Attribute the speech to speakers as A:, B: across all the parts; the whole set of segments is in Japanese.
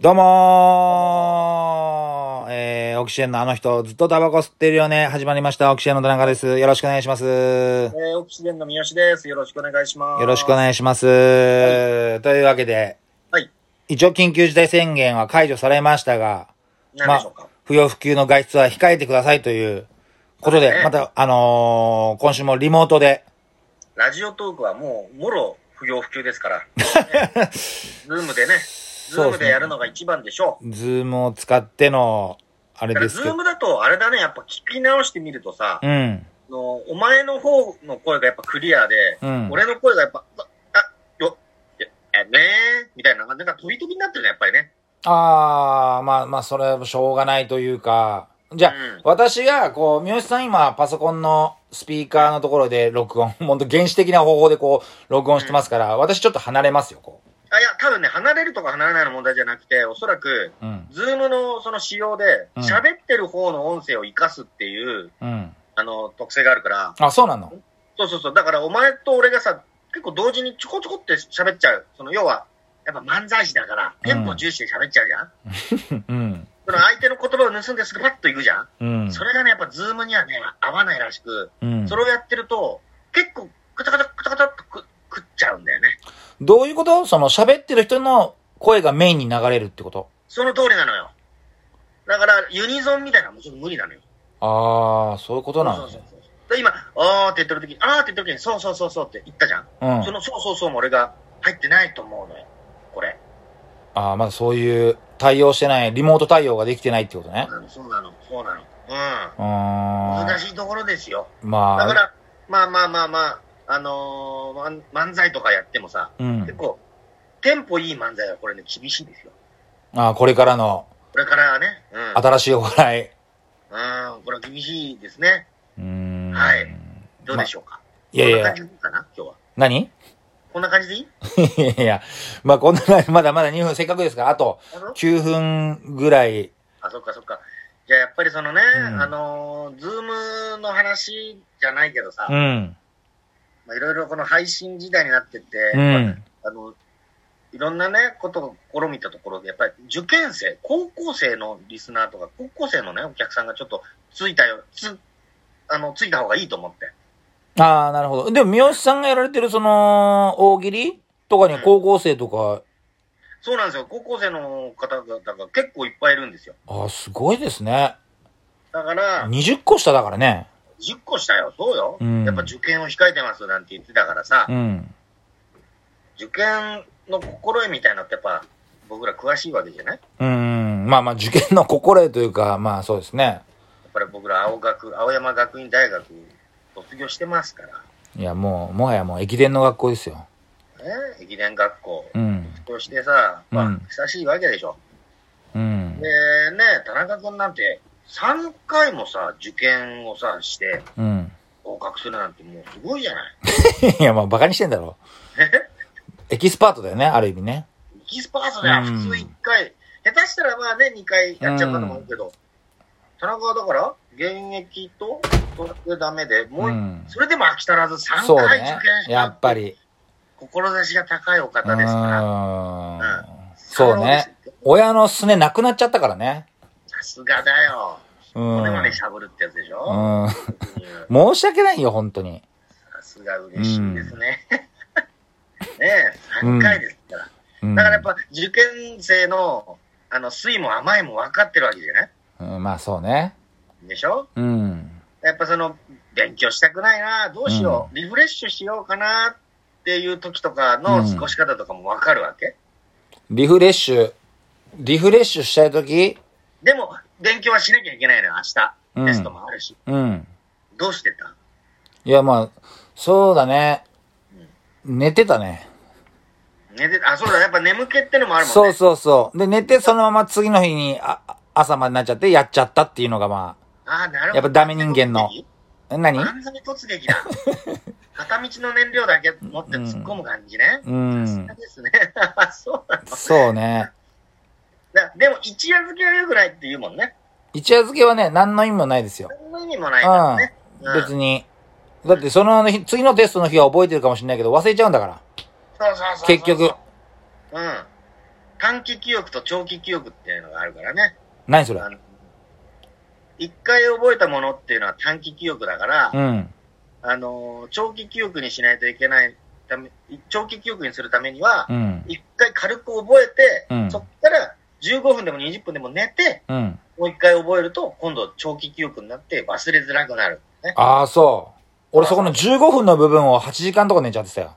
A: どうもーえー、オキシエンのあの人、ずっとタバコ吸ってるよね。始まりました。オキシエンの田中です。よろしくお願いします。よ
B: えー、オキシデンの三好です。よろしくお願いします。
A: ろしくお
B: い
A: 願いします。というわけで、
B: はい。
A: 一応緊急事態宣言は解除されましたが、
B: 何でしょうか、
A: 不要不急の外出は控えてくださいということ
B: そう
A: で、
B: ね
A: また、あのー今週もリモートで、
B: ラジオトークはもう、もろ不要不急です から。ねズームでね、ズ
A: うですね
B: ームでやるのが一番でしょう。
A: ズームを使っての、あれ
B: だか
A: です
B: らズ
A: け
B: ー
A: ど、
B: ムだと、あれだね、やっぱ聞き直してみるとさ、
A: うん。
B: あのお前の方の声がやっぱクリアで、
A: うん
B: 俺の声がやっぱ、あ、あよ、や、やねー、みたいな、なんか飛び飛びになってるね、やっぱりね。
A: ああ、まあまあ、それはしょうがないというか、じゃあ、
B: うん
A: 私が、こう、三好さん今、パソコンのスピーカーのところで録音、ほんと原始的な方法でこう、録音してますから、私ちょっと離れますよ、こ
B: あ、いや、多分ね、離れるとか離れないの問題じゃなくて、おそらく、
A: う。うん。
B: ズームのその仕様で、
A: うん
B: 喋ってる方の音声を活かすっていう、
A: うん。
B: あの、特性があるから。
A: あ、そうなの
B: そうそうそう。だから、お前と俺がさ、結構同時にちょこちょこって喋っちゃう。その、要は、やっぱ漫才師だから、テンポ重視で喋っちゃうじゃん、
A: うん。
B: その相手の言葉を盗んですぐパッと行くじゃん、
A: うん。
B: それがね、やっぱズームにはね、合わないらしく、
A: うん
B: そ。れをやってると、結構、くたくたくたくたっとく食っちゃうんだよね。
A: どういうことその、喋ってる人の声がメインに流れるってこと
B: その通りなのよ。だから、ユニゾンみたいなのもちょっと無理なのよ。
A: ああ、そういうことなの
B: そうそうそうそう。で今、あーって言ってる時に、あーって言ってる時に、そうそうそうそうって言ったじゃん。
A: うん
B: そ。の、そうそうそうも俺が入ってないと思うのよ。これ。
A: ああ、まだそういう対応してない、リモート対応ができてないってことね。
B: うんそうなの、そうなの。
A: うー
B: うん。
A: ん。
B: 難しいところですよ。だ
A: ま
B: か
A: あ、
B: ら、まあまあまあまあ、あのーまん漫才とかやってもさ、
A: うん
B: 結。構、テンポいい漫才はこれね、厳しいんですよ。
A: ああ、これからの
B: これからはね、うん。
A: 新しいお笑い。
B: うん、これは厳しいですね。
A: うーん。
B: はいどうでしょうか。
A: いやいや
B: こんな感じでいいかな、今日は。
A: 何 い
B: こんな感じでいい
A: やいや、まあこんな 感じ、まだまだ2分、せっかくですから、あと
B: あの
A: 9分ぐらい。
B: あ、そっかそっか。じゃあやっぱりそのね、
A: うん
B: あのーズームの話じゃないけどさ、
A: うん。
B: まあいろいろこの配信時代になってって、
A: うん。
B: あの、いろんなね、ことを試みたところで、やっぱり受験生、高校生のリスナーとか、高校生のね、お客さんがちょっとついたよ、つ、あの、ついた方がいいと思って。
A: ああ、なるほど。でも、三好さんがやられてる、その、大喜利とかには高校生とか、
B: そうなんですよ。高校生の方々が結構いっぱいいるんですよ。
A: ああ、すごいですね。
B: だから、
A: 20個下だからね。
B: 10個したよ、そうよ。
A: うん
B: やっぱ受験を控えてますなんて言ってたからさ、
A: うん。
B: 受験の心得みたいなのってやっぱ、僕ら詳しいわけじゃない
A: うん。まあまあ、受験の心得というか、まあそうですね。
B: やっぱり僕ら青学、青山学院大学卒業してますから、
A: いや、もう、もはやもう駅伝の学校ですよ。
B: ね、駅伝学校、
A: うん。
B: としてさ、ま
A: うん
B: あ、久しいわけでしょ。
A: うん
B: で。ね、田中君なんて、3回もさ、受験をさ、して、
A: うん。
B: 合格するなんてもうすごいじゃない。
A: いや、まあ、バカにしてんだろ。エキスパートだよね、ある意味ね。
B: エキスパートだよ、
A: うん
B: 普通1回。下手したらまあね、2回やっちゃったのもあるけど、田中はだから、現役と、それでダメで、もう、
A: ん
B: それでも飽き足らず3
A: そう
B: 回受
A: ね
B: 験し。た。
A: やっぱ。り。
B: 志が高いお
A: う
B: 方ですか
A: ー
B: ら。
A: ん
B: うん。
A: そう
B: 才能です
A: ね。親のすねなくなっちゃったからね。
B: さすがだよ。
A: うん。
B: 骨まで
A: う
B: しゃぶるってやつでしょ、
A: ん。
B: うん
A: 申し訳ないよ、本当に。
B: さすが嬉しいですね。ねえ、3回ですから。
A: うん
B: だからやっぱ受験生の、あの、酸いも甘いも分かってるわけじゃない
A: うん、まあ、そうね。
B: でしょ
A: うん。
B: やっぱその、勉強したくないな、どうしよう、リフレッシュしようかなっていう時とかの過ごし方とかも分かるわけ。
A: リフレッシュ。リフレッシュしたいとき、
B: でも、勉強はしなきゃいけないのよ、
A: う
B: 明
A: ん
B: 日。テストもあるし。
A: うん。
B: どうしてた
A: いや、まあ、そうだね。寝てたね。
B: 寝てあ、そうだ、やっぱ眠気ってのもあるもんね。
A: そうそうそう。で、寝てそのまま次の日に、あ、朝までなっちゃって、やっちゃったっていうのがま
B: あーなるほど。
A: やっぱダメ人間のあ、え何
B: 完全に突 撃だ。片道の燃料だけ持って突っ込む感じね。
A: うん
B: さすがですね。 そうなの
A: そうね。
B: だ。でも、一夜漬けは良くないって言うもんね。
A: 一夜漬けはね、何の意味もないですよ。
B: 何の意味もないからね。
A: うん。
B: うん
A: 別に。だってその日、次のテストの日は覚えてるかもしれないけど、忘れちゃうんだから。
B: そうそうそうそう
A: 結局。
B: うん。短短期記憶と長期記憶っていうのがあるからね。
A: 何それ
B: あの一回覚えたものっていうのは短期記憶だから、
A: うん。
B: あの、長期記憶にしないといけないため、長期記憶にするためには
A: う、ん。
B: 一回軽く覚えて、
A: うん
B: そっから15分でも20分でも寝て、
A: うん。
B: もう一回覚えると、今度長期記憶になって忘れづらくなる。ね。
A: ああ、そう。俺そこの15分の部分を8時間とか寝ちゃってたよ。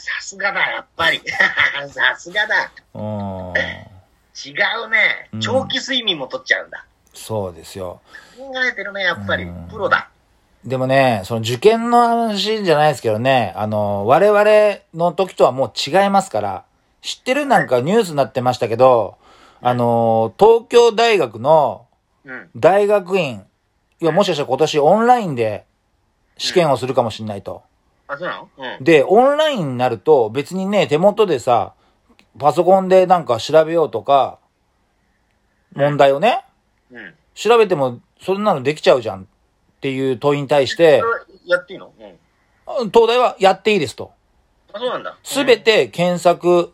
B: さすがだ、やっぱり。 さすがだ。
A: うーん。
B: 違うね
A: うん。
B: 長期睡眠も取っちゃうんだ。
A: そうですよ。
B: 考えてるね、やっぱり
A: うん。
B: プロだ。
A: でもね、その受験の話じゃないですけどね、あの、我々の時とはもう違いますから、知ってるなんかニュースになってましたけど、あの、東京大学の
B: うん。
A: 大学院、いや、もしかしたら今年オンラインで試験をするかもしれないと。
B: あ、そうなのうん。
A: で、オンラインになると別にね、手元でさ、パソコンでなんか調べようとか、問題をね、
B: うん。
A: 調べてもそんなのできちゃうじゃんっていう問いに対して
B: そ、れやっていいのうん。
A: 東大はやっていいですと。
B: あ、そうなんだ。
A: すべて検索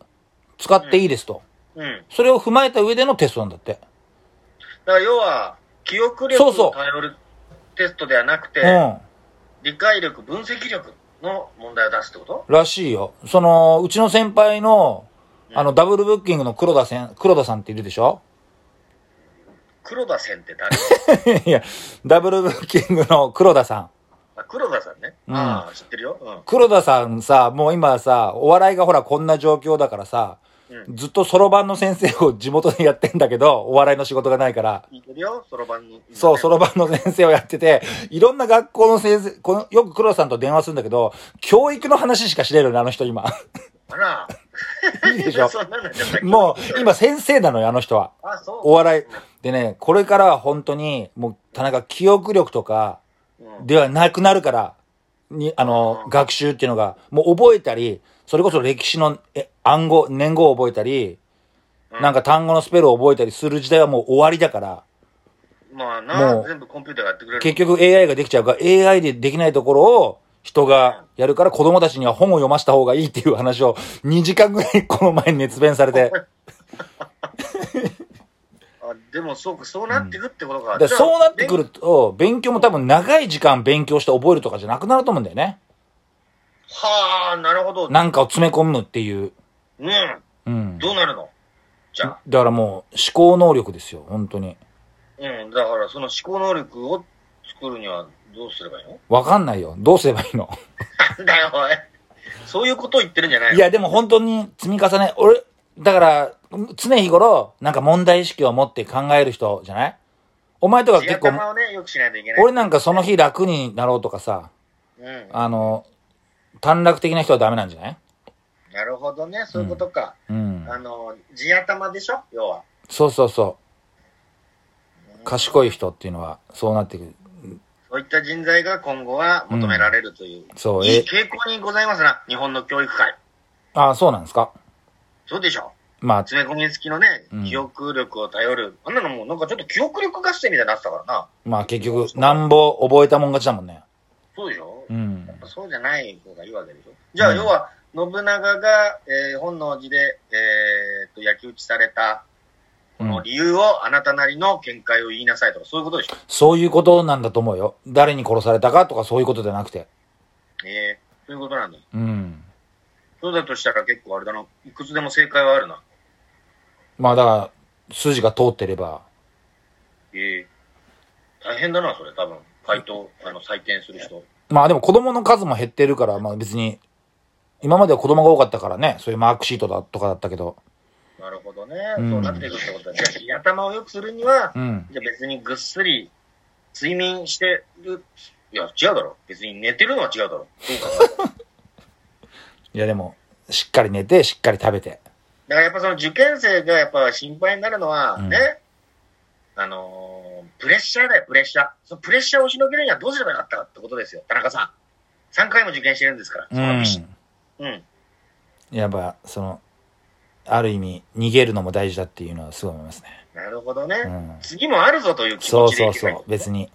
A: 使っていいですと。
B: うん。うん。
A: それを踏まえた上でのテストなんだって。
B: だから要は、記憶力
A: そうそう
B: を頼るテストではなくて、
A: うん。
B: 理解力、分析力の問題を出すってこと
A: らしいよ。その、うちの先輩の、あの、ダブルブッキングの黒田せん、黒田さんっているでしょ
B: 黒田線って誰
A: いや、ダブルブッキングの黒田さん。
B: あ黒田さんね。
A: うん
B: ああ、知ってるよ。うん。
A: 黒田さんさ、もう今さ、お笑いがほらこんな状況だからさ、
B: う
A: ずっとそろばんの先生を地元でやってんだけど、お笑いの仕事がないから。
B: 聞いてるよ、そろばんの。
A: そう、そろばんの先生をやってて、いろんな学校の先生、この、よく黒田さんと電話するんだけど、教育の話しかしないのね、あの人今。
B: あら。
A: いいでしょ
B: そんなのじゃない
A: もう、今先生なのよ、あの人は。
B: あ、そう。
A: お笑い。でね、これからは本当に、もう、田中、記憶力とか、
B: うん。
A: ではなくなるから、に、あの
B: う、ん
A: 学習っていうのが、もう覚えたり、それこそ歴史のえ暗号、年号を覚えたり、
B: うん
A: なんか単語のスペルを覚えたりする時代はもう終わりだから、
B: まあな
A: も、う
B: 全部コンピューターがやってくれる。
A: 結局 AI ができちゃうから、AI でできないところを人がやるから子供たちには本を読ませた方がいいっていう話を2時間ぐらい この前に熱弁されて、
B: あでもそうか、そうなってくってことか。
A: で
B: じゃあ
A: そうなってくる。と、勉強も多分長い時間勉強して覚えるとかじゃなくなると思うんだよね。
B: はあ、なるほど。
A: なんかを詰め込むっていう。
B: うん。
A: うん。
B: どうなるのじゃあ。
A: だからもう思考能力ですよ、本当に。
B: うん。だから、その思考能力を作るにはどうすればいいの
A: わかんないよ。どうすればいいの
B: なん だよ、おい。そういうことを言ってるんじゃない の
A: いや、でも本当に積み重ね、俺、だから、常日頃、なんか問題意識を持って考える人じゃないお前とか結
B: 白玉
A: 構、
B: をね、よくしないといけない。
A: 俺なんかその日楽になろうとかさ、
B: うん。
A: あの、短絡的な人はダメなんじゃない
B: なるほどね、そういうことか。
A: うん。
B: あの、地頭でしょ要は。
A: そうそうそう。賢い人っていうのは、そうなってくる。
B: そういった人材が今後は求められるという。
A: そう、
B: いい
A: え、
B: 傾向にございますな、日本の教育界。
A: あそうなんですか
B: そうでしょ
A: まあ、
B: 詰め込み付きのね
A: うん、
B: 記憶力を頼る。あんなのもうなんかちょっと記憶力合戦みたいになってたからな。
A: まあ結局、なんぼ覚えたもん勝ちだもんね。
B: そうでしょ
A: うん。
B: そうじゃない方がいいわけでしょじゃあ、
A: うん
B: 要は、信長が、えー本能寺で、えーと、焼き討ちされた、こ
A: う
B: の
A: ん
B: 理由をあなたなりの見解を言いなさいとか、そういうことでしょ
A: そういうことなんだと思うよ。誰に殺されたかとかそういうことじゃなくて。
B: ええそういうことなんだ。
A: うん。
B: そうだとしたら結構あれだな。いくつでも正解はあるな。
A: まあだから、筋が通ってれば。
B: ええ大変だな、それ、多分。回答、あの、採点する人。
A: まあでも子供の数も減ってるから、まあ別に、今までは子供が多かったからね、そういうマークシートだとかだったけど。
B: なるほどね。
A: うん
B: そうなっていくってことだ。じゃあ、日頭を良くするには、
A: うん。
B: じゃあ別にぐっすり睡眠してる。いや、違うだろ。別に寝てるのは違うだろ。そうか。
A: いやでも、しっかり寝て、しっかり食べて。
B: だからやっぱその受験生がやっぱ心配になるのは、
A: うん
B: ね、あのープレッシャーだよ、プレッシャー。そのプレッシャーをしのげるにはどうすればよかったかってことですよ、田中さん。3回も受験してるんですから。
A: うん。
B: うん。
A: やっぱ、その、ある意味、逃げるのも大事だっていうのはすごい思いますね。
B: なるほどね。
A: うん。
B: 次もあるぞという気
A: そ
B: 持
A: う
B: ちで
A: そ
B: いうけば
A: そ
B: いいん
A: う
B: で、す
A: 別
B: ね
A: に。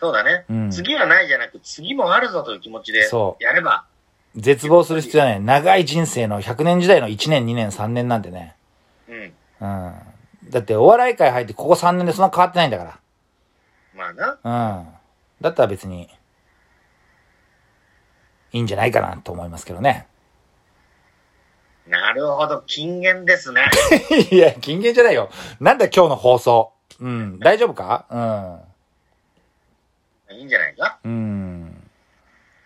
B: そうだね、
A: うん
B: 次はないじゃなく、次もあるぞという気持ちで
A: そ
B: やれば、
A: 絶望する必要はない。長い人生の100年時代の1年、2年、3年なんてね。
B: うん。
A: うん。だってお笑い界入ってここ3年でそんな変わってないんだか
B: まあな。
A: ら。うん。だったら別に、いいんじゃないかなと思いますけどね。
B: なるほど、禁言ですね。
A: いや、金言じゃないよ。なんだ今日の放送。うん。大丈夫か
B: いいんじゃないか
A: うん。うん。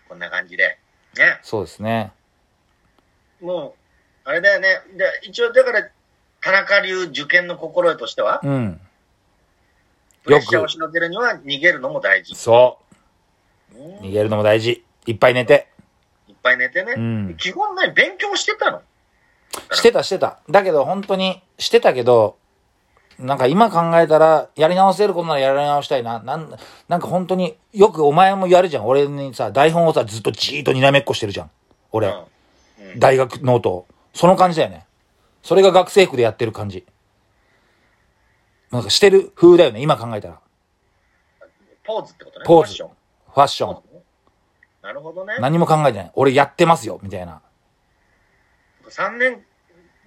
B: こんな感じで。ね。
A: そうですね。
B: もう、あれだよね。で一応、だから、田中流受験の心得としては、
A: うん。
B: プレッシャーをしのげるには逃げるのも大事。
A: そうう。
B: ん
A: 逃げるのも大事。いっぱい寝て。
B: いっぱい寝てね。
A: うん
B: 基本ね、勉強してたの。
A: してたしてた。だけど本当にしてたけど、なんか今考えたら、やり直せることならやり直したいな。なん、なんか本当によくお前もやるじゃん。俺にさ、台本をさ、ずっとじーっとにらめっこしてるじゃん。俺、
B: うんうん
A: 大学ノートを。その感じだよね。それが学生服でやってる感じ。なんかしてる風だよね。今考えたら。
B: ポーズってことね。
A: ポー
B: ファッ
A: ズ。
B: シ
A: フ
B: ョン
A: ァッション。
B: なるほどね。
A: 何も考えてない。俺やってますよ。みたいな。
B: 3年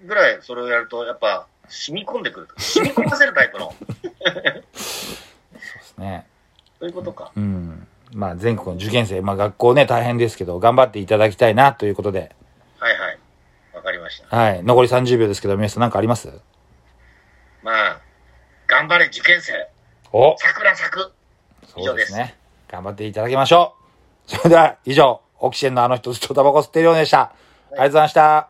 B: ぐらいそれをやると、やっぱ、染み込んでくる。染み込ませるタイ プの。
A: そうですね。
B: そういうことか。
A: うん。まあ全国の受験生、まあ学校ね、大変ですけど、頑張っていただきたいなということで。
B: はいはい。わかりました。
A: はい。残り30秒ですけど、皆さん何かあります
B: まあ、頑張れ受験生。
A: お
B: 桜咲く。以
A: そ
B: 上
A: う
B: で
A: ですすね。頑張っていただきましょう。それでは、以上、オキシエンのあの人ずっとタバコ吸ってるようでした。ありがとうございました。